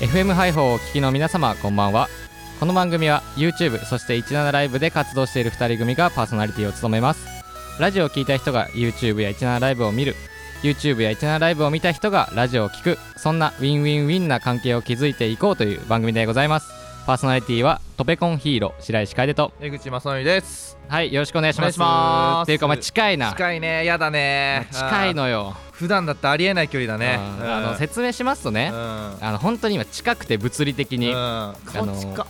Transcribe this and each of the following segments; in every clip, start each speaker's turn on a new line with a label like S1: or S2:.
S1: FM ハイホーをお聞きの皆様こんばんはこの番組は YouTube そして17ライブで活動している2人組がパーソナリティを務めますラジオを聞いた人が YouTube や17ライブを見る YouTube や17ライブを見た人がラジオを聞くそんなウィンウィンウィンな関係を築いていこうという番組でございますパーソナリティはトペコンヒーロー白石楓と
S2: 江口正則です
S1: はいよろしくお願いします
S2: お願いしま
S1: っ
S2: す
S1: ていうかまあ近いな
S2: 近いねやだね
S1: 近い
S2: あ
S1: のよ、
S2: ー普段だってありえない距離だね
S1: うんあの
S2: セッ
S1: 説明しますとね、あの本当に今近くて物理的に、あの
S2: 近っ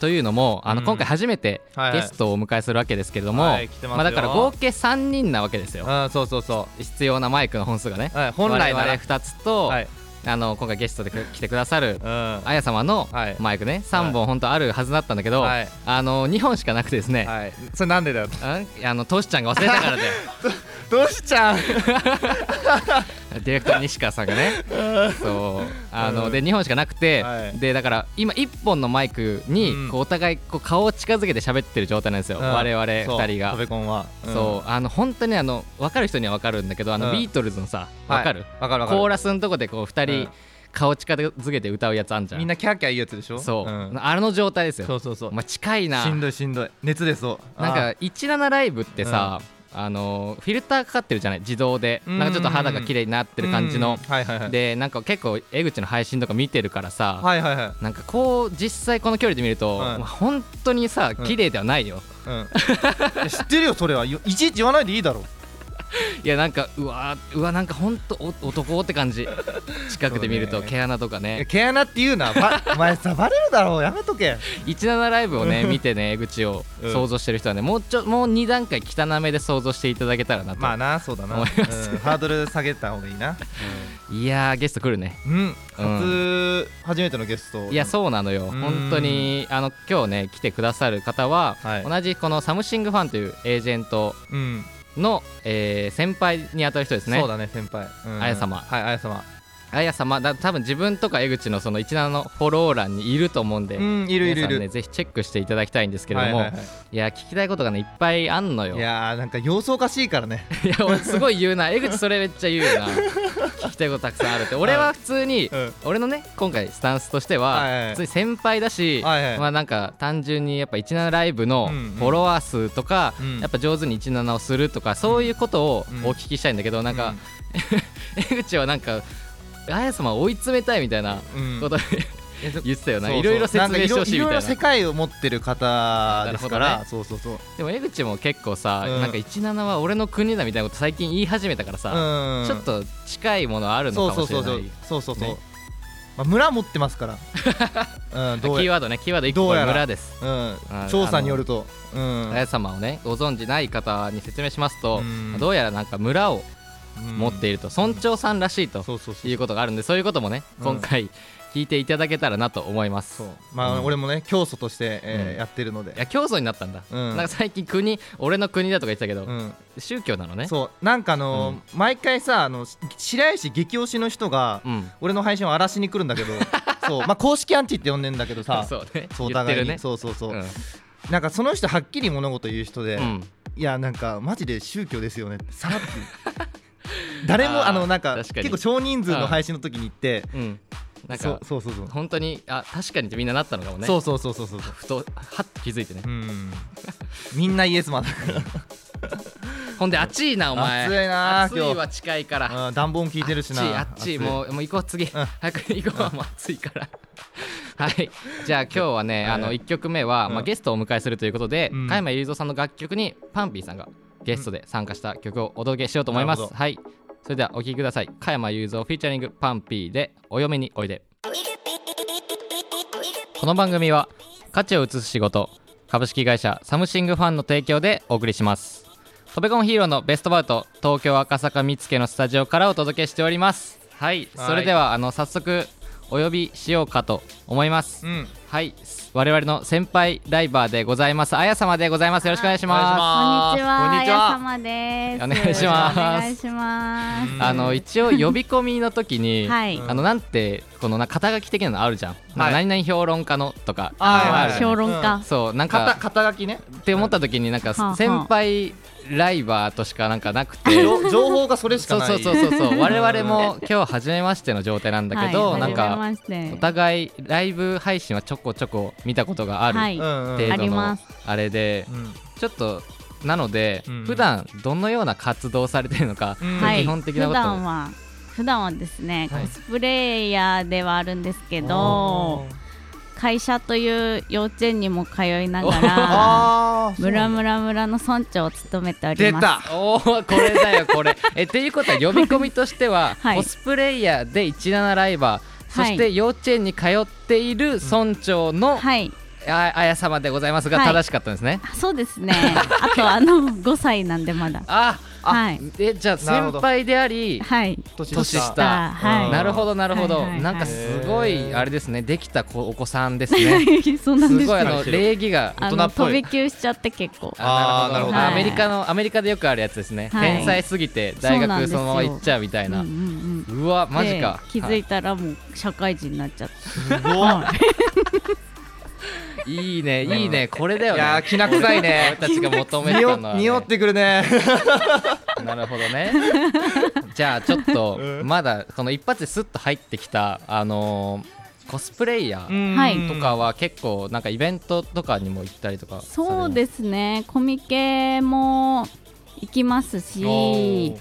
S1: というのもあの、
S2: うん
S1: 今回初めて
S2: はいはい
S1: ゲストをお迎えするわけですけれども、
S2: はい来てますよ
S1: だから合計3人なわけですよ
S2: うんそうそうそ
S1: 必要なマイクの本数がね
S2: う、はい、本来な
S1: 我
S2: ら
S1: 々2つと、
S2: はい
S1: あの今回ゲストでく来てくださる
S2: うんは
S1: あや様の
S2: はい
S1: マイクね3本本当あるはずだったんだけど、
S2: はい
S1: あの2本しかなくてですね、
S2: いそれなんでだ よ
S1: ああのトシちゃんが忘れたからで
S2: どうしちゃう
S1: ディレクター西川さんが ねそうあの、
S2: うん
S1: で2本しかなくて、
S2: はい
S1: でだから今1本のマイクに
S2: うん
S1: こうお互いこう顔を近づけて喋ってる状態なんですよ、
S2: うん
S1: 我々2人
S2: そう
S1: が
S2: ト。ベコンは
S1: そうあの本当にあの分かる人には分かるんだけどあの、
S2: うん
S1: ビートルズのさ
S2: うん
S1: 分か
S2: は
S1: る、
S2: いわかるわかる
S1: コーラスのとこでこう2人
S2: うん
S1: 顔近づけて歌うやつあんじゃん
S2: みんなキャーキャー言うやつでしょ
S1: そう、
S2: ん
S1: あれの状態です
S2: そ
S1: よ
S2: うそうそう
S1: まあ近いな
S2: しんどいしんどい熱出そう
S1: なん
S2: あー
S1: か17ライブってさ、あのフィルターかかってるじゃない自動で
S2: うん
S1: なんかちょっと肌が綺麗になってる感じ
S2: うん
S1: の、
S2: はいはいはい
S1: でなんか結構江口の配信とか見てるからさ、
S2: はいはいはい
S1: なんかこう実際この距離で見ると、
S2: うん
S1: まあ本当にさ
S2: うん
S1: 綺麗ではないよ、
S2: うん いや知ってるよそれはいちいち言わないでいいだろ
S1: いやなんかうわーうわなんか本当男って感 じ近くで見る
S2: そ
S1: と
S2: うね
S1: 毛穴とかね
S2: 毛穴って言うなば お前さバレるだろうやめとけ
S1: 17ライブをね見てね江口を
S2: うん
S1: 想像してる人はねもうちょもう2段階汚めで想像していただけたらなと、
S2: まあなそうだな、
S1: 思いま
S2: うんハードル下げた方がいいない
S1: やーゲスト来るね
S2: うん、初初めてのゲスト
S1: いやそうなのよ
S2: ん
S1: 本当にあの今日ね来てくださる方は、
S2: はい
S1: 同じこのサムシングファンというエージェント
S2: うん、
S1: の、えー先輩にあたる人ですね
S2: そうだね先輩、うん、
S1: あや様
S2: はいあや様
S1: あや様だ多分自分とか江口のその17のフォロー欄にいると思うんで、
S2: うんいるいるい
S1: 皆さんね
S2: る
S1: ぜひチェックしていただきたいんですけれども、
S2: はい
S1: い
S2: はいは
S1: や聞きたいことがねいっぱいあんのよ
S2: い、いやーなんか様子おかしいからね
S1: いや俺すごい言うな江口それめっちゃ言うよな聞きたいことたくさんあるって俺は普通に、
S2: うん
S1: 俺のね今回スタンスとしては、
S2: はいはい
S1: 普通に先輩だし、
S2: はいはい
S1: まあなんか単純にやっぱ17ライブの
S2: うんうん
S1: フォロワー数とか、
S2: うん
S1: やっぱ上手に17をするとかそういうことを
S2: うん
S1: お聞きしたいんだけど、なんか、江口はなんかあや様を追い詰めたいみたいな
S2: うん、うん
S1: こと
S2: いや そ
S1: 言ってたよな
S2: そうそう
S1: いろいろ説明してほしいみ
S2: んかろろ
S1: たいな
S2: ろ世界を持ってる方です
S1: な
S2: から、
S1: る
S2: そうそうそううん
S1: でも江口も結構さ、
S2: うん
S1: なんか17は俺の国だみたいなこと最近言い始めたからさ、ちょっと近いものある
S2: そ
S1: の
S2: う
S1: か
S2: そ
S1: も
S2: う
S1: しれ
S2: そう
S1: な
S2: そ
S1: いう
S2: そうそうそう、
S1: ね
S2: まあ、村持っ てますからうんど
S1: キ
S2: う
S1: ー
S2: や
S1: ワードねキーワード1個
S2: どうや
S1: は
S2: ら
S1: 村です
S2: うん
S1: あ
S2: 調査によるとう
S1: あ
S2: ん
S1: や様をねご存じない方に説明しますと、
S2: うん
S1: どうやらなんか村を持って
S2: い
S1: いると村長さんらしいと
S2: そうそうそう
S1: いうことがあるんでそういうこともね
S2: うん
S1: 今回聞いていただけたらなと思います、
S2: そうまあ、
S1: うん
S2: 俺もね教祖として、えー
S1: うん
S2: やってるので
S1: いや教祖になったんだ、
S2: うん
S1: なんか最近国俺の国だとか言ってたけど、
S2: うん、
S1: 宗教なのね
S2: そうなんかあのー毎回さあのし白石激推しの人が、
S1: うん
S2: 俺の配信を荒らしに来るんだ けどそうまあ公式アンチって呼んでんだけどさ
S1: そうね
S2: そうお
S1: 言って
S2: 互い
S1: る
S2: に、
S1: ね
S2: そうそうそう、
S1: うん
S2: なんかその人はっきり物事言う人で、
S1: うん
S2: いやなんかマジで宗教ですよねってさらっと 言う誰も
S1: あー
S2: あのなんか
S1: 確かに
S2: 結構少人数の配信の時に行って
S1: うん、なん
S2: そう
S1: か
S2: そうそうそう、
S1: 本当にあ確かにってみんななったのかもね
S2: そうそうそうそうそう
S1: ふとはっと気づいてね
S2: うんみんなイエスマンだから
S1: ほんで暑いなお前
S2: 暑いな
S1: 暑い
S2: 今
S1: は近いから
S2: うん暖房効いてるしな
S1: あっちあっち
S2: 暑
S1: もうもう行こう次早く行こうもう暑いから はいじゃあ今日はね
S2: はい
S1: あの1曲目は、ま
S2: う
S1: あ、
S2: ん
S1: ゲストをお迎えするということで
S2: うん
S1: 加山雄三さんの楽曲にパンピーさんがゲストで参加した曲をお届けしようと思います、
S2: なるほ
S1: はいそれではお聴きください加山雄三フィーチャリングパンピーで「お嫁においで」この番組は価値を移す仕事株式会社サムシングファンの提供でお送りしますトベコンヒーローのベストバウト東京赤坂見附のスタジオからお届けしておりますはい
S2: はい
S1: それではあの早速お呼びしようかと思います
S2: うん
S1: はい我々の先輩ライバーでございますあや様でございますよろしくお願いしま
S3: こんにちは、
S2: こんにち
S3: あや
S2: は
S3: さまです。
S1: お願いします
S3: お願いしますす。
S1: あの一応呼び込みの時に、
S3: はい
S1: あのなんてこのな肩書き的なのあるじゃん、
S2: はい
S1: 何々評論家のとか
S2: はいはい
S1: あるじゃん
S3: 評論家。
S1: そうなんか
S2: 肩肩書きね
S1: って思った時になんか
S3: はあはあ
S1: 先輩ライバーとしかなんかなくて
S2: 情 情報がそれしか
S1: そう
S2: ない
S1: そうそうそう そう我々も今日初めましての状態なんだけど、
S3: はい
S1: なん
S3: 初め
S1: か
S3: まして
S1: お互いライブ配信はちょこちょこ見たことがある
S3: はい
S2: うんうん
S1: 程
S3: あ
S1: 度
S3: り
S1: の
S3: ます
S1: あれで
S2: うん
S1: ちょっとなので、
S2: うん
S1: 普段どのような活動をされてるのか、
S2: うん
S3: はい
S1: 基本的な
S3: 普
S1: こと
S3: 段は普段はですね、
S2: はい
S3: コスプレイヤーではあるんですけど会社という幼稚園にも通いながら
S2: あー
S3: ムラムラ村の村長を務めており
S2: 出
S3: ます
S2: た
S1: おーこれだよこ れえっていうことは呼び込みとしては、
S3: はい
S1: コスプレイヤーで17ライバーそ
S3: はい
S1: して幼稚園に通っている村長の
S3: はい
S1: ああや様でございますが
S3: はい
S1: 正しかったんですね、
S3: あそうですねあとあ の5歳なんでまだ
S1: ああ、
S3: はい
S1: えじゃあ
S2: なる
S1: 先
S2: ほど
S1: 輩であり
S3: はい
S2: 年
S1: 年下
S3: だ
S2: うん
S3: は
S1: なるほどなるほど、
S3: はいはいはい
S1: なんかすご
S2: へ
S1: い
S2: ー
S1: あれですねできた子お子さんですね
S3: い そうなんですす
S1: ごいあ
S3: よ
S1: の礼儀が
S2: 大
S3: あ
S2: 人
S3: の
S2: っぽ
S3: 飛
S2: い
S3: び級しちゃって結構
S1: あ
S2: あ
S1: ー
S2: ー
S1: なるほど
S3: なるほど
S1: アメリカのアメリカでよくあるやつですね、
S3: はい
S1: 天才すぎて大学そのまま行っちゃうみたいな
S3: うんうんうん
S1: うわマジか
S3: で気づいたらもう社会人になっちゃった
S2: すごい
S1: はいいいねいいねこれだよね
S2: いやーきな臭いね
S1: 俺たちが求めて
S2: 匂
S1: た
S2: っ
S1: のは、ね、
S2: 匂ってくるね
S1: なるほどねじゃあちょっ と
S2: うん
S1: まだこの一発ですっと入ってきたあのーコスプレイヤー
S3: はい
S1: とかは結構なんかイベントとかにも行ったりとか
S3: そう
S1: す
S3: ですねコミケも行きますし
S2: おー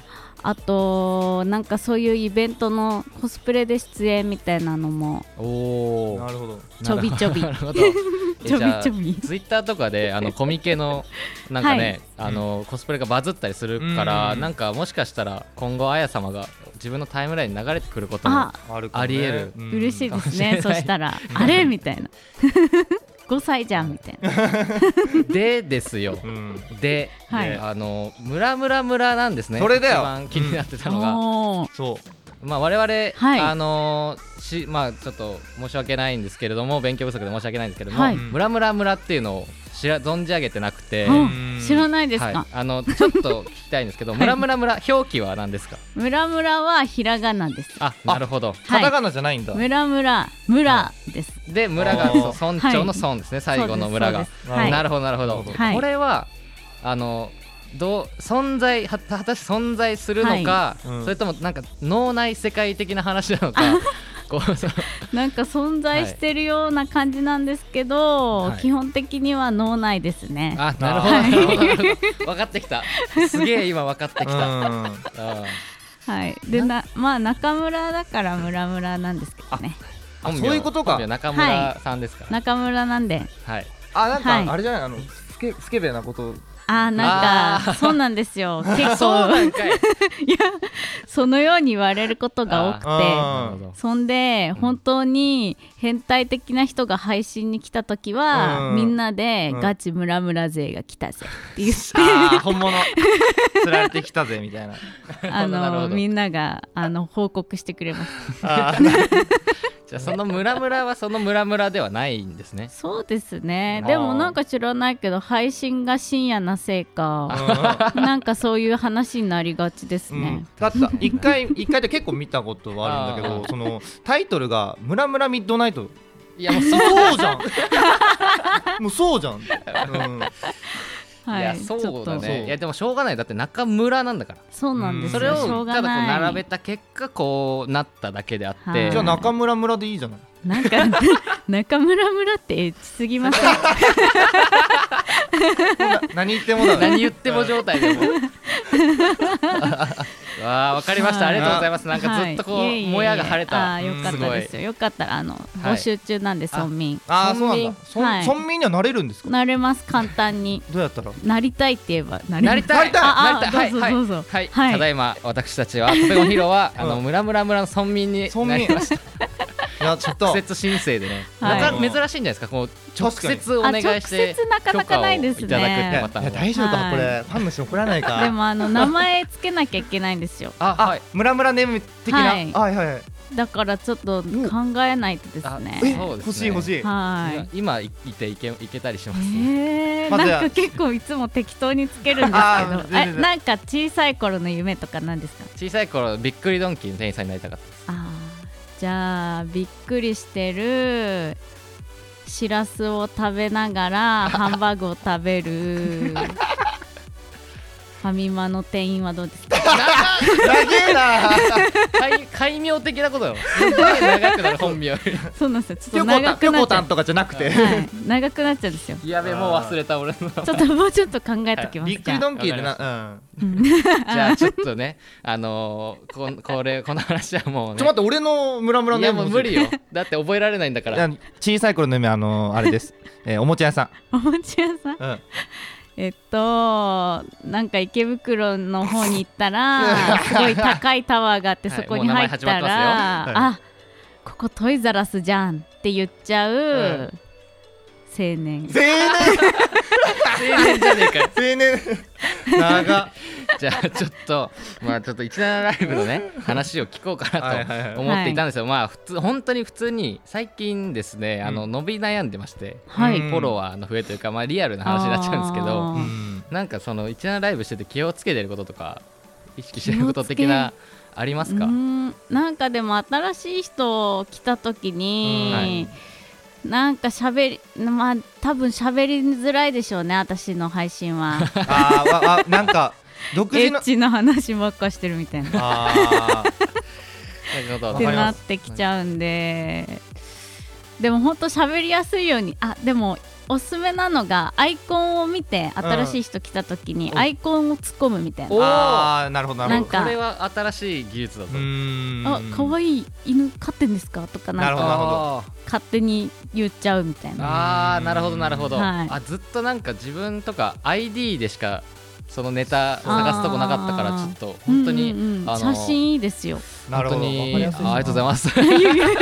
S3: あとなんかそういうイベントのコスプレで出演みたいなのも
S1: おおー
S2: なるほど
S3: ちょびちょび
S1: なるほど。
S3: ちょびちょび
S1: ツイッターとかであのコミケのなんか ね、
S2: はい
S1: あのコスプレがバズったりするから、
S2: うん
S1: なんかもしかしたら今後あや様が自分のタイムラインに流れてくることも
S3: あ
S2: ある
S1: ありえる
S3: 嬉しい
S2: い
S3: です
S1: うん
S3: ね
S1: かもしれな
S3: そ
S1: い
S3: し たらあれみたいな 5歳じゃんみ たいな
S1: でですよ。で、
S3: はい
S1: であの村村村なんですね。
S2: それだよ
S1: 一番気になってたのが、
S3: おー
S2: そう
S1: まあ我々、
S3: はい
S1: あのしまあちょっと申し訳ないんですけれども、勉強不足で申し訳ないんですけれども、
S3: はい
S1: 村村村っていうのを知ら存じ上げてなくて。
S3: あ
S2: うん
S3: 知らないです
S1: はい
S3: か、
S1: あのちょっと聞きたいんですけ ど、村村村表記は何ですか。
S3: ムラムラはひらがなです
S1: あ、なるほど。
S3: は
S2: カ
S3: い
S2: タカナじゃないんだ
S3: ムラムラ村です
S1: で、村が
S2: あー
S1: そう村長の村ですね、最後の村が。
S3: そうですはい
S1: なるほど、なるほど。
S3: はい
S1: これは、あの。どう存在は果たして存在するのか、
S2: はいうん
S1: それともなんか脳内世界的な話なのかこうそう
S3: なんか存在してるような感じなんですけど、
S1: はい
S3: 基本的には脳内ですね。
S1: あなるほどなるほどなるほど分かってきたすげえ今分かってきた、
S2: うん
S1: うん
S3: はい。でなまあ中村だから村村なんですけどね。
S2: あ
S1: 本名
S2: そういうことか
S1: 本名中村さんですから、
S3: 中村なんで。
S1: はい、
S2: あなん
S3: はい
S2: かあれじゃないあのスケスケベなこと
S3: あーなん
S1: あー
S3: かそうなんです よ。結
S1: そう
S3: 構
S1: なんかい
S3: そのように言われることが多く
S2: あ
S1: なるほど
S3: て、そんで本当に変態的な人が配信に来た時は、
S2: うん
S3: みんなで
S2: うん
S3: ガチ村村勢が来たぜっ て言っ
S2: あー本物釣られてきたぜみたいな
S3: て、あ
S1: なるほ
S3: の
S1: ど
S3: みんながあの報告してくれます。
S1: じゃあそのムラムラはそのムラムラではないんですね。
S3: そうですね
S2: あー
S3: でもなんか知らないけど配信が深夜なせ いかなんかそういう話になりがちです
S2: う
S3: ね
S2: ん、だった一回一回で結構見たことはあるんだけ
S1: あ
S2: どそのタイトルが「ムラムラミッドナイト」
S1: いやもうそ
S2: そうじゃんもうそうじゃん、うん
S1: い
S3: は
S1: や
S3: いちょ
S1: そ
S3: っ
S1: うだ
S3: と
S1: ね。いやでもしょうがないだって中村なんだから。
S3: そうなんです
S1: そ
S3: よ
S1: れを
S3: しょう
S1: ただ
S3: が
S1: こう
S3: ない
S1: 並べた結果こうなっただけであっ
S3: は
S1: て
S3: い。
S2: じゃあ中村村でい いじゃない
S3: なんか中村村ってエッチすぎません
S2: 何言ってもだね
S1: 何言っても状態でも。わあわかりました。ありがとうございます。 なんかずっとこ
S3: はいいえいうえ
S1: もやが晴れ
S3: あ
S1: た。
S3: ーよかったですよよかったらあの募集中なんで村民
S2: ああそうなんだそん
S3: はい
S2: 村民にはなれるんですか
S3: なれます簡単に
S2: どうやったら
S3: なりたいって言えばなれ
S1: な
S3: ま
S1: り
S3: す
S1: たい。
S2: なりたい
S1: なり
S3: あ
S1: た
S3: あ
S1: い。
S3: どうぞ
S1: はい
S3: どうぞ
S1: はい。
S3: はい
S1: ただいま私たちはアトペコヒロは
S2: うん
S1: あの村村村の村民に
S2: 村
S1: な
S2: 民
S1: りました。
S2: やった
S1: 直接申請でね。
S3: はい
S1: なか珍しいんじゃないですか。こう直接お願いして
S3: あ直接なかなかないです
S1: 許
S3: ね
S1: 可をいただくっ
S2: い
S1: て
S2: や
S1: パターン
S2: い
S1: は
S2: や大丈夫
S3: は
S2: か
S3: い
S2: これファンの人怒らない
S3: で
S2: か
S3: もあの名前つけなきゃいけないんですよ
S1: あはい。
S2: ムラムラネーム的な
S3: は
S2: はいいはいはい
S3: だからちょっと考えないとです
S1: うん
S3: ね。
S2: え
S1: そうですね
S2: 欲しい欲しい
S3: はい。
S1: 今いていけいけたりしますね。
S3: えー、
S2: まず
S3: なんか結構いつも適当につけるんです
S2: あー
S3: け
S2: 全
S3: ど、え
S2: 然
S3: なんか小さい頃の夢とか何ですか？
S1: 小さい頃びっくりドンキーの店員さんになりたかっ
S3: あーじゃあびっくりしてるしらす を食べながらハンバーグを食べるファミマの店員はどうで すか
S2: 長えな
S1: 改改名的なことよすごい長くなる本名より
S3: そうなんですよち
S2: ぴ
S3: ょ
S2: ょ
S3: っ
S2: こ
S3: と
S2: た
S3: 長
S2: んぴょ
S3: くな
S2: こ
S3: っちゃ
S2: た
S3: うん
S2: とかじゃなくて
S3: はい、長くなっちゃうんですよ
S1: やべもう忘れた俺の
S3: ちょっともうちょっと考えときます
S2: びっく
S3: じゃ
S2: り
S3: あ
S2: ドンキーでなう ん
S1: じゃあちょっとね、あのーこんこれこの話はもうね。
S2: ちょっと待って俺のムラムラ
S1: い
S2: の
S1: や
S2: や
S1: もう無理よ。だって覚えられないんだから。
S2: 小さい頃の夢あのあれですえーおもちゃ屋さ
S3: おもちゃ屋さん
S2: んうん
S3: えっとなんか池袋の方に行ったらすごい高いタワーがあって
S1: はい
S3: そこに入
S2: もう名前
S3: ったら、
S2: 始まってますよはい
S3: あここトイザラスじゃんって言っちゃう青年
S2: 青年
S1: 青年じゃねえかよ。
S2: 青年長
S1: じゃあちょっとまあちょっと17ライブの ね話を聞こうか
S2: はい
S1: な
S2: はいはい
S1: と思っていたんですよ。まあ普通本当に普通に最近ですねあの
S2: う
S1: 伸び悩んでまして、
S3: はい、
S2: うん
S1: フォロワーの増えというかまあリアルな話になっちゃうんですけ
S3: あ
S1: ど、
S3: ー
S2: うん
S1: なんかその17ライブしてて気をつけてることとか意識してること的なありますか
S3: う？ーんなんかでも新しい人来た時に、なんか喋りまあ多分喋りづらいでしょうね私の配信は
S2: あーわわなんか独
S3: エ
S2: 自
S3: ッ
S2: の
S3: チな話ばっかしてるみたいな
S2: あー
S1: なんかこ
S3: っ
S1: と
S3: て
S2: わかり
S3: な
S2: ま
S3: っ
S2: す
S3: てきちゃうんで、でも本当喋りやすいようにあでもおすすめなのがアイコンを見て新しい人来た時に
S1: うん
S3: アイコンを突っ込むみたいな、
S1: おー
S2: あーなるほどなる
S3: な
S2: ほ
S3: ん
S2: ど
S3: か
S1: これは新しい技術だと
S2: う。ーん
S3: あ可愛い犬飼ってんですかとかな
S2: なんるほどなる
S3: か
S2: ほ
S3: 勝手に言っちゃうみたいな
S1: あーなるほどなるほど、
S3: はい
S1: あずっとなんか自分とか ID でしかそのネタ探すとこなかったから
S3: あ
S1: ちょ
S3: ー
S1: っと本当に、
S3: うんうんうん
S1: あの
S3: 写真いいです よ
S2: なる
S1: 本
S2: ほ
S1: 当
S2: どわか
S1: に
S2: り
S1: あ
S2: やすい
S1: あ
S2: な
S1: りがとうございます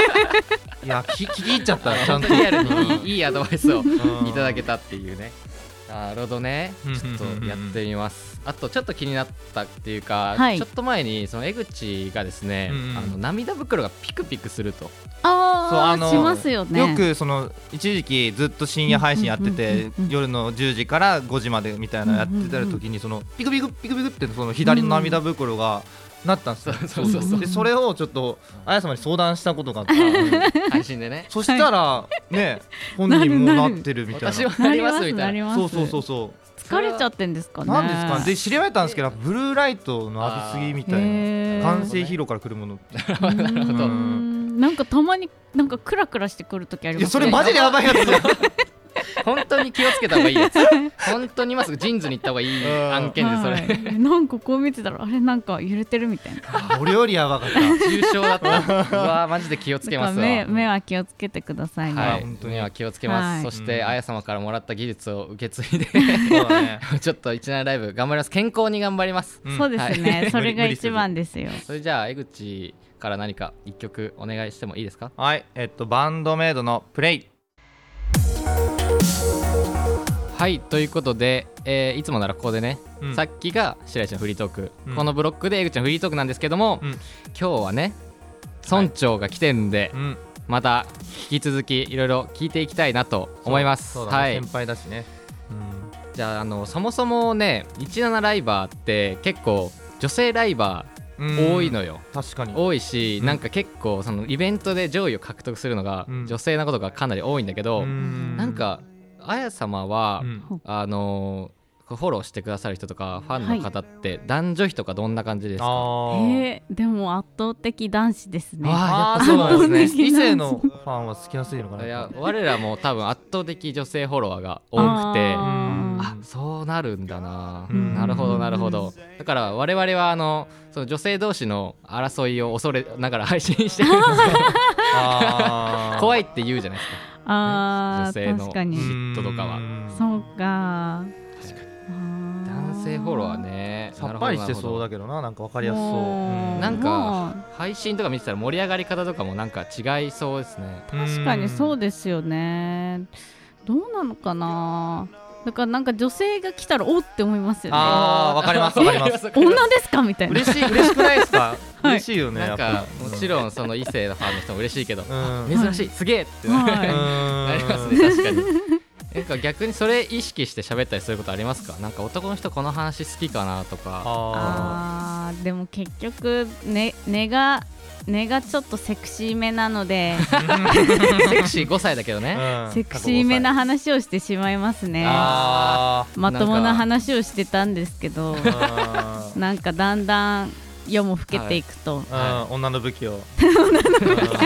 S2: いや 聞き入っちゃったちゃんと
S1: リアル にいいいいアドバイスを
S2: うん
S1: いただけたっていうねなるほどね
S2: うん
S1: ちょっとやってみますあとちょっと気になったっていうか、
S3: はい
S1: ちょっと前にその江口がですね、
S2: うん
S1: あの涙袋がピクピクすると
S3: あ
S2: そう
S3: あ
S2: あの
S3: しますよね
S2: よくその一時期ずっと深夜配信やって
S3: う
S2: て
S3: んうんうんうん
S2: 夜の10時から5時までみたいなのやってた時にそのピクピクピクピクってその左の涙袋がなったんですよ
S1: うんそうそうそうそう
S2: でそれをちょっとあやさまに相談したことが あって
S1: 配信でね
S2: そしたらね本人もなってるみたい
S1: 私も
S2: な
S1: なりますみた
S3: ないり
S1: な
S3: ます
S2: そうそうそうそう
S3: 疲れちゃってんですかね
S2: なんですかねで知り合えたんですけどブルーライトの浴びすぎみたい
S3: へ
S2: な
S3: ー
S2: 完成疲労からくるもの
S1: なるほ
S2: ど
S3: うんなんかたまになんかクラクラしてくる時あり
S2: い
S3: ま
S2: や
S3: す
S2: そ
S3: ね
S2: れマジでやばいやつだ
S1: 本当に気をつけた方がいいやつ本当に今すぐジーンズに行った方がいい案件でそれ、
S3: はいなんかこう見てたらあれなんか揺れてるみ たいな
S2: 俺よりやばかった
S1: 重症だったうわーマジで気をつけます
S3: だ
S1: わ
S3: から目目は気をつけてくださいね、
S1: はい、
S2: 本当に
S1: には気をつけます、
S3: は
S1: そ
S3: い
S1: して、
S2: うん
S1: あや様からもらった技術を受け継いで
S2: そうだね
S1: ちょっと一年ライブ頑張ります健康に頑張ります
S2: うん
S3: そうですね、
S1: はい
S3: それが一番ですよ
S1: それじゃあ江口から何か一曲お願いしてもいいですか
S2: はい、えっと、バンドメイドのプレイ。
S1: はいということで、えーいつもならここでね、
S2: うん
S1: さっきが白石のフリートーク、
S2: うん
S1: このブロックで江口のフリートークなんですけども、
S2: うん
S1: 今日はね村長が来てるんで、
S2: うん、
S1: また引き続きいろいろ聞いていきたいなと思います。
S2: そうだね
S1: はい
S2: 先、輩だしね。
S1: じゃああのそもそもね17ライバーって結構女性ライバ
S2: う
S1: ー多いのよ。
S2: 確かに。
S1: 多いし、
S2: うん
S1: なんか結構そのイベントで上位を獲得するのが
S2: うん
S1: 女性なことがかなり多いんだけど、
S2: うん
S1: なん、かあや様は、
S2: うん
S1: あのフォローしてくださる人とかファンの方って男女比とかどんな感じですか、
S3: え
S2: あー
S3: ー、でも圧倒的男子ですね
S1: わ
S2: あー、
S1: や
S2: そ
S1: っ
S2: う
S1: ぱ
S2: なん
S1: そうなん
S2: で
S1: です
S3: す
S2: ね。
S3: ね
S2: 異性のファンは好きやすいのかな。
S1: い
S2: や
S1: や
S2: っぱ
S1: 我らも多分圧倒的女性フォロワーが多くて。
S3: あ
S1: あそうなるんだな、
S2: うん
S1: なるほどなるほどだから我々はあのその女性同士の争いを恐れながら配信してるんですよ
S2: あ
S1: 怖
S2: い
S1: いって言うじゃないですか
S3: あー
S1: ね女性の
S3: 確かに
S1: 嫉妬とかは
S3: そうか確
S1: 男性フォロワーね
S2: さっぱりしてそう
S1: だ
S2: だけどな、なんかわかりやすそう。う
S1: なん
S2: か、
S1: か配信とか見てたら盛り上がり方とかもなんか違いそうですね
S3: 確かにそう
S2: で
S3: ですよねどうなのかなだからなんか女性が来たらおって思いますよね
S2: あーわかりますわかります
S3: 女ですかみたいな
S2: 嬉しい、嬉しくないですか。
S3: い
S2: 嬉しいよね。
S1: なん
S2: や
S1: か
S2: っぱ
S1: もちろんその異性のファンの人も嬉しいけど
S2: うん。うん。
S1: 珍しいすげえってな
S3: はい
S1: なりますね確かになんか逆にそれ意識して喋ったりすることありますかなんか男の人この話好きかなとか
S2: あ
S3: ああでも結局ね根が根がちょっとセクシーめな ので
S1: セクシー5歳だけどね
S3: セクシーめな話をしてしまいますね
S2: あ
S3: まとも
S1: なん
S3: な
S1: か
S3: 話をしてたんですけど
S2: あ
S3: なんかだんだん夜も更けていくと、
S1: は
S2: 女の武器を女の武器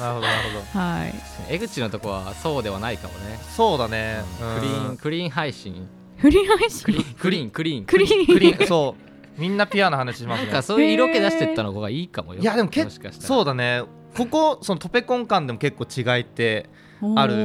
S2: なるほどなるほど
S3: はい
S1: 江口のとこはそうではないかもね
S2: そうだね
S1: クリーンクリーン配信
S3: フリー配信
S1: クリーンクリーンクリーン
S3: クリーン
S2: クリーンそうみんなピュアな話します
S1: なんか
S2: ね
S1: そういう色気出してったのがいいかもよ
S2: いやでも
S1: し
S2: 結
S1: かしたら
S2: そうだねここそのトペコン感でも結構違いってあるです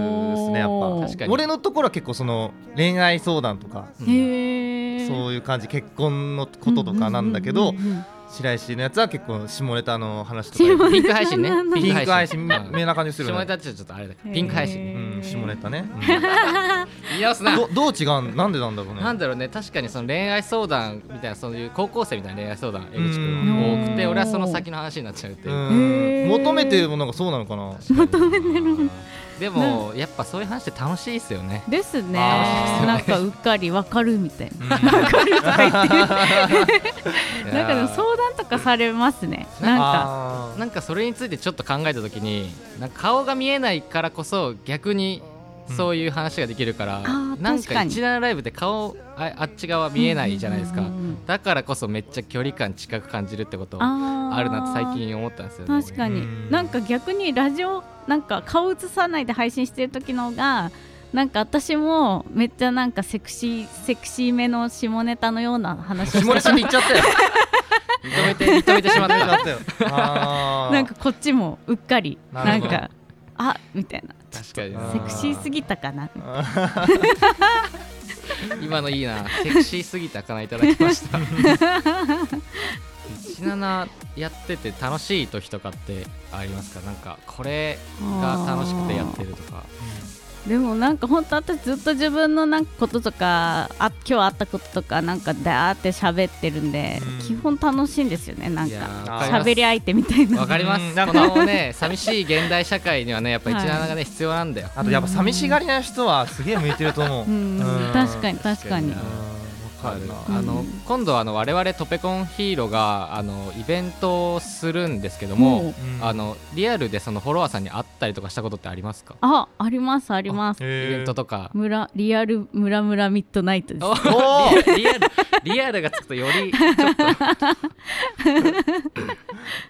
S2: ねやっ
S3: おー
S2: ぱ
S1: 確かに
S2: 俺のところは結構その恋愛相談とか
S1: うん
S3: へえ
S2: そういう感じ結婚のこととかなんだけど
S3: うんうんうんうん
S2: 白石のやつは結構下ネタの話と
S3: 下
S2: か
S1: ピ
S3: ネ
S1: ンク配信ね
S3: なんなん
S2: ピンク配信
S1: うん
S2: めな感じする
S1: 下
S2: よ
S1: ネタ
S2: ね
S1: ってちょっとあれだけど
S3: へー
S1: ピンク配信
S2: うん下ネタね
S1: 言い直す
S2: うん
S1: な
S2: どどう違うなんでなんだろうね
S1: なんだろうね確かにその恋愛相談みたいなそういう高校生みたいな恋愛相談江口
S2: う
S1: 君
S2: ん
S1: 多くて俺はその先の話になっちゃうっていうう。
S3: へー
S2: ん求めてるものがそうなのかな
S1: 求めてるでもやっぱそういう話って楽しいですよね
S3: ですね
S2: あー
S3: なんかうっかりわかるみたいななんかでも
S1: う
S3: 相談とかされますねなんか
S2: あー
S1: なんかそれについてちょっと考えた時になんか顔が見えないからこそ逆にそういう話ができるから、
S3: ー
S1: なん
S3: 確
S1: か
S3: かに
S1: 一覧ライブで顔ああっち側見えないじゃないですか、
S3: うんうんうんうん
S1: だからこそめっちゃ距離感近く感じるってことあ
S3: あー
S1: るなって最近思ったんですよね
S3: 確かに、
S2: うん
S3: なんか逆にラジオなんか顔映さないで配信してる時の方がなんか私もめっちゃなんかセクシーセクシーめの下ネタのような話をし
S2: 下
S3: て
S2: ネ
S3: しま
S2: タって言っちゃったよ
S1: 認めて認めてしまっ
S2: 言っちゃ
S1: た
S2: ったよあ
S3: う
S2: ー
S3: なんかこっちもうっかり
S2: な
S3: な
S2: る
S3: ん
S2: ほど
S3: かあみたいな
S1: 確かに
S2: あ
S3: セクシーすぎたかな
S1: 今のいいなセクシーすぎたかないただきました17やってて楽しい時とかってありますかなんかこれが楽しくてやってるとか
S3: でもなんか本当私ずっと自分のなんかこととかあ今日あったこととかなんかだーって喋ってるんで、
S2: うん
S3: 基本楽しいんですよねなん
S1: いや
S3: か
S1: ー
S2: あ
S1: わかります
S3: 喋り相手みたいな
S1: わかりま
S2: う
S1: す
S2: んな
S1: こ
S2: んか
S1: のね寂しい現代社会にはねやっぱ
S3: はい
S1: 17がね必要なんだよ
S2: あとやっぱ寂しがりな人はすげえ向いてると思う
S3: うん
S2: うん
S3: 確かに確かに
S1: 確
S2: うんわかるな
S1: あの
S3: うん
S1: 今度あの我々トペコンヒーローがあのイベントをするんですけども
S2: うん
S1: あのリアルでそのフォロワーさんに会ったりとかしたことってありますか
S3: あありますあります
S1: イ
S2: へー
S1: ベントとか
S3: 村リアルムラムラミッドナイトです
S1: お
S2: お ー
S1: リアルリアルがつくとよりちょっと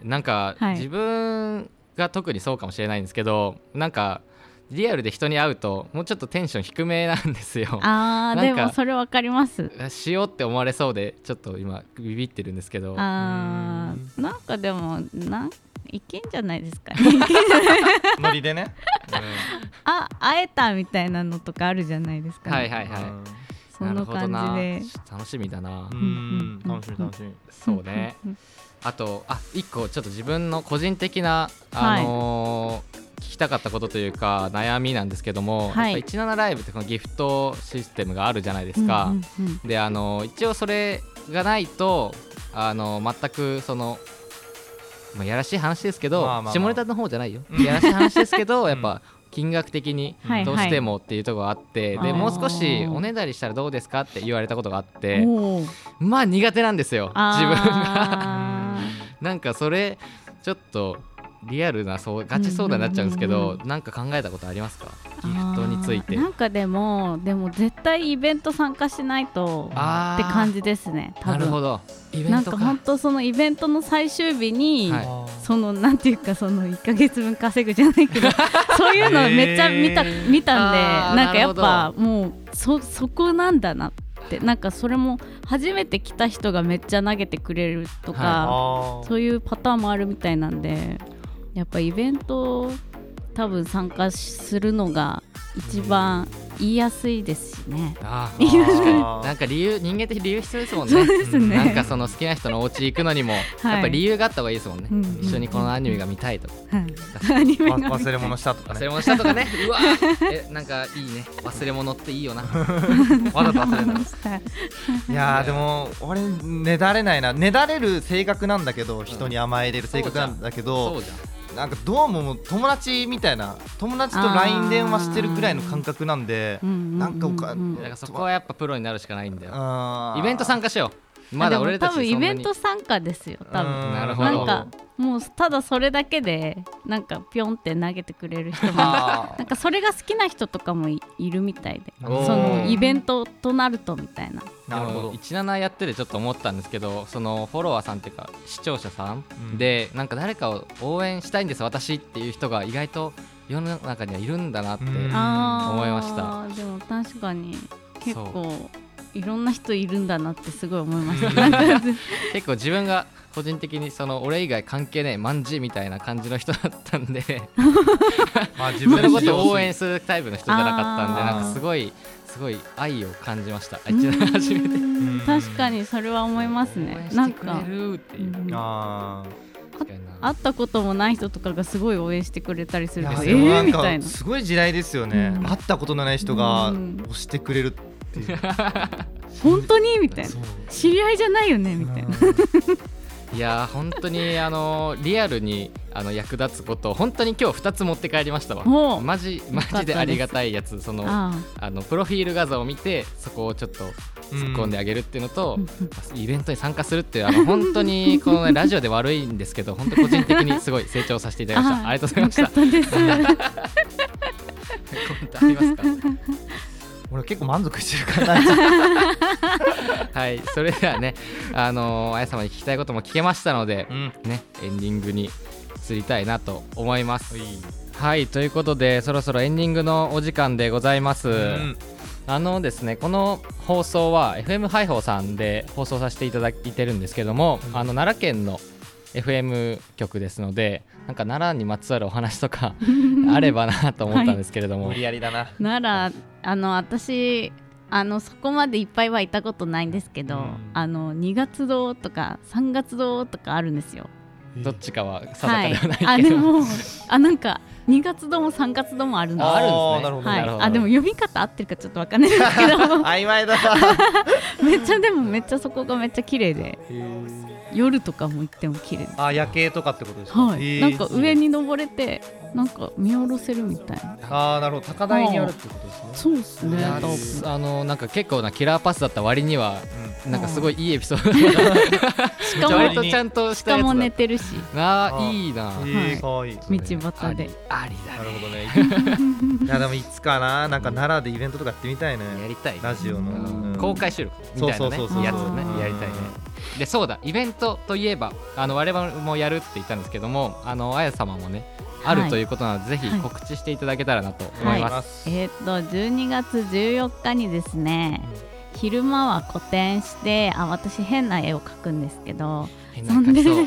S1: なんか、
S3: はい
S1: 自分が特にそうかもしれないんですけどなんかリアルで人に会うともうちょっとテンション低めなんですよ
S3: あ
S1: な
S3: ーで
S1: んか
S3: もそれわかります
S1: しようって思われそうでちょっと今ビビってるんですけど
S3: あーなんかでもなんいけんじゃないですか
S2: ノリでね
S3: あ会えたみたいなのとかあるじゃないですか、
S1: はいはいはい
S3: その感
S1: なるほど
S3: じ
S1: な
S3: で
S1: ちょっと楽しみだな、
S2: うん
S3: ん
S2: うん楽しみ楽しみ
S1: そうね あとあ一個ちょっと自分の個人的な、
S3: はい
S1: あのー聞きたかったことというか悩みなんですけども、
S3: はい
S1: やっぱ17ライブってこのギフトシステムがあるじゃないですか、
S3: うんうんうん
S1: であの一応それがないとあの全くその、まあ、やらしい話ですけど、
S2: まあまあまあ
S1: 下ネタの方じゃないよ、
S2: うん
S1: やらしい話ですけど
S2: ん
S1: やっぱ金額的に
S3: はい
S1: どうしてもっていうところがあって、
S3: はい
S1: でもう少し
S3: あー
S1: おねだりしたらどうですかって言われたことがあって
S3: おー
S1: まあ苦手なんですよ自分が
S3: あ
S1: なんかそれちょっとリアルなそうガチ相談になっちゃうんですけ
S3: うんうん
S1: ど、
S3: うん
S1: なんか考えたことありますか
S3: ー
S1: ギフトについて
S3: あーなんかでもでも絶対イベント参加しないとっ
S1: あ
S3: て感
S1: じ
S3: じですね多
S1: なるほ
S3: 分
S1: どイベ
S3: な
S1: ン
S3: ん
S1: ト
S3: か
S1: か
S3: 本当そのイベントの最終日に、
S1: はい
S2: あ
S3: そのなんていうかその1か月分稼ぐじゃない けどそういうのめっちゃ見た,、
S2: へー
S3: 見たんで
S1: あー
S3: なんかやっぱもうそそこなんだなってなんかそれも初めて来た人がめっちゃ投げてくれるとか、
S1: は
S2: あ
S3: そういうパターンもあるみたいなんでやっぱイベント多分参加するのが一番言いやすいですしね。
S1: ああ
S3: いや
S1: 確かに
S2: あー
S1: なんか理由人間的理由必要ですもん
S3: そう
S1: ね
S3: ですね。
S1: なんかその好きな人のお家行くのに も、
S3: い
S1: やっぱ理由があった方がいいですもんね、
S3: うん
S1: 一緒にこのアニメが見たいとか
S3: はいアニメが
S2: わ忘れ物したと
S1: 忘
S2: かね
S1: れ物したとか ねうわーえなんかいいね忘れ物っていい よな
S2: わざと忘れた
S3: はい
S2: いやーでも俺ねだれないなねだれる性格なんだけど人に甘えれる性格なんだけ
S1: そ
S2: ど
S1: うじゃん
S2: なんかどうももう友達みたいな友達と LINE 電話してるくらいの感覚なんで
S3: うんうんうんうん
S2: なんかおか
S3: うん
S1: だからそこはやっぱプロになるしかないんだよ
S2: あー
S1: イベント参加しようまだ
S3: でも
S1: 俺たち
S3: 多分イベント
S1: そ
S3: 参加ですよ多分
S2: うん
S1: なるほど
S3: なんかもうただそれだけでなんかピョンって投げてくれる人も
S2: あ
S3: なんかそれが好きな人とかもいいるみたいで
S1: んな
S2: おー
S3: そのイベ
S1: ン
S3: ントとなるとみたいな
S2: ー なるほど
S1: 17やっててちょっと思ったんですけどそのフォロワーさんっていうか視聴者さん
S2: うん
S1: でなんか誰かを応援したいんです私っていう人が意外と世の中にはいるんだなって
S2: うん
S3: あー
S1: 思いました
S3: でも確かに結
S1: そ
S3: 構いろんな人いるんだなってすごい思いまし たなんか
S1: 結構自分が個人的にその俺以外関係ねえまんじみたいな感じの人だったん で
S2: まあ自
S1: 自分の
S2: 分の
S1: こ
S2: ことと
S1: を
S2: を
S1: 応
S2: 応
S1: 援
S2: 援
S1: するタイプの人じゃなかったんで
S2: あー
S1: なんかすごいすごい愛を感じました一度初めて
S3: うん確かにそれは思います
S1: 応
S3: ね
S1: 援
S3: な
S1: し
S3: ん
S1: てくれ
S3: か
S1: るっていう
S3: うん
S2: あ
S1: 確かにな
S3: 会ったこともない人とかがすごい応援してくれたり
S2: ー
S3: す
S2: い
S3: る
S2: や
S3: とえ
S2: でもな
S3: ー、
S2: ん
S3: みたい
S2: か
S3: な
S2: すごい時代ですよね、
S3: うん
S2: 会ったことのない人が
S3: うん
S2: 押してくれるっていう
S3: 本当にみたいな
S2: そう
S3: 知り合いじゃないよねみたいな
S1: うんいやー本当にあのーリアルにあの役立つことを本当に今日2つ持って帰りましたわ
S3: おう
S1: マジマジでありがたいやつその
S3: ああ
S1: あのプロフィール画像を見てそこをちょっと突っ込んであげるっていうのと、イベントに参加するっていうあの本当にこの、ね、ラジオで悪いんですけど本当個人的にすごい成長させていただきましたありがとうござい ました
S3: よかったです。
S1: コメントありますか
S2: 俺結構満足してるからな
S1: はいそれではねあのーあや様に聞きたいことも聞けましたので
S2: う、ん
S1: ねエンディングに移りたいなと思いますはいということでそろそろエンディングのお時間でございます、
S2: うん
S1: あのですねこの放送は FM ハイホーさんで放送させていただいてるんですけども、
S2: うん
S1: あの奈良県の FM 局ですのでなんか奈良にまつわるお話とかあればなと思ったんですけれども、
S2: 無理やりだな
S3: ならあの私あのそこまでいっぱいはいたことないんですけど、
S2: うん
S3: あの2月堂とか3月堂とかあるんですよ。
S1: どっちかは定かではないけど、
S3: あでもあなんか2月堂も3月堂もあるんです
S1: あ
S3: よ。
S1: あ
S2: あーなる
S1: るんです
S2: ほど
S1: ねな
S3: は
S1: いるほど、
S3: あでも読み方合ってるかちょっとわかんないですけど
S2: 曖昧だな
S3: めっちゃでもめっちゃそこがめっちゃ綺麗で夜とかも行っても綺麗で
S2: あ夜景とかってことですか
S3: はい、
S2: へー
S3: なんか上に登れてなんか見下ろせるみたいな
S2: ああなるほど高台にあるってことですね
S3: そうですね
S1: いや
S2: 多分
S1: あのなんか結構なキラーパスだった割にはなんかすごいいいエピソード
S3: し
S1: だな
S3: かも
S1: 割とちゃんとし
S3: した
S1: や
S3: か
S1: つだ
S3: も寝てるし
S1: な
S2: あ
S1: あ
S2: ー
S1: いいな
S2: うん、
S3: はい
S2: えー、かわいい
S3: 道端で
S1: あり
S2: なるほどね いやでもいつかななんか奈良でイベントとかやってみたいね
S1: だねやりたい
S2: ラジオの、
S3: うん
S2: うん
S1: 公開収録みたいなね
S2: そうそうそうそう
S1: やつね
S2: うん
S1: やりたいねでそうだイベントといえばあの我々もやるって言ったんですけどもあのあや様もねあ
S3: は
S1: る
S3: い
S1: ということなので、ぜひ
S3: はい
S1: 告知していただけたらなと思
S3: はいい
S1: ます、
S2: ます
S3: えーっと12月14日にですね昼間は個展してあ私変な絵を描くんですけど
S1: 変な感じそう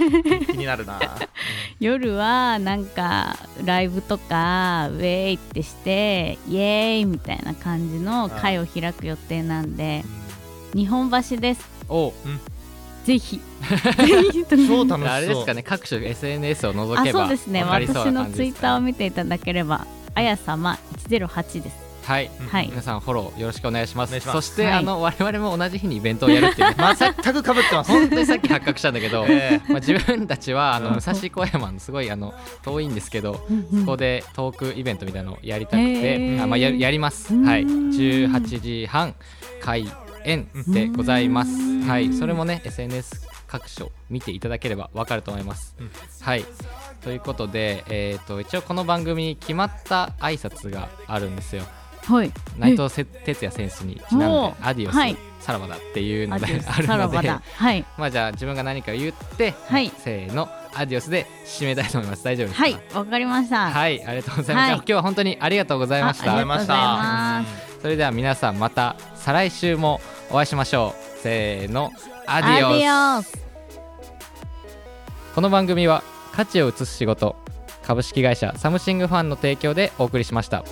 S2: 気になるな
S3: 夜はなんかライブとかウェイってしてイエーイみたいな感じの会を開く予定なんで日本橋です
S1: お
S3: ぜひぜひとね
S2: 超楽しそう
S1: あれですかね各種 SNS を
S3: あ
S1: 覗けば
S3: そうですね
S1: わかりそう
S3: 私
S1: な
S3: の
S1: 感じ
S3: ツイ
S1: で
S3: ッ
S1: す
S3: ター
S1: か
S3: を
S1: ね
S3: 見ていただければあやさま108です
S1: はい
S2: うん
S3: はい
S1: 皆さんフォローよろしくお願いします
S2: お願いします
S1: そして、
S3: はい
S1: あの我々も同じ日にイベントをやる っていうね
S2: まあ全くかぶって ます、
S1: 本当にさっき発覚したんだけ ど、
S2: え
S1: まあ、自分たちはあの
S2: うん
S1: 武蔵小山のすごいあの遠いんですけど、そこでトークイベントみたいなのをやりたくて、
S3: へー
S1: あまあ、ややります、
S3: うん
S1: はい、18時半開演でございます、
S3: うん
S1: はい、それもね SNS 各所見ていただければわかると思います、
S2: うん
S1: はいということで、えー、と一応この番組に決まった挨拶があるんですよ
S3: はい
S1: 内藤せ哲也選手にちなん
S3: お
S1: で「
S3: ー
S1: アディオス、
S3: はい
S1: さらばだ」っていうの
S3: あ
S1: で
S3: で
S1: ある
S3: さら
S1: の
S3: ば
S1: で
S3: だはい
S1: まあじゃあ自分が何か言って、
S3: はい
S1: せーの「アディオス」で締めたいと思います大丈夫ですか
S3: はいわかりました
S1: はい、ありがとうございました。
S3: はい
S1: 今日は本当にありがとうございました
S3: あり。がとうございます
S1: それでは皆さんまた再来週もお会いしましょう。せーの、アディオス。
S3: アディオス
S1: この番組は価値を移す仕事株式会社サムシングファンの提供でお送りしました。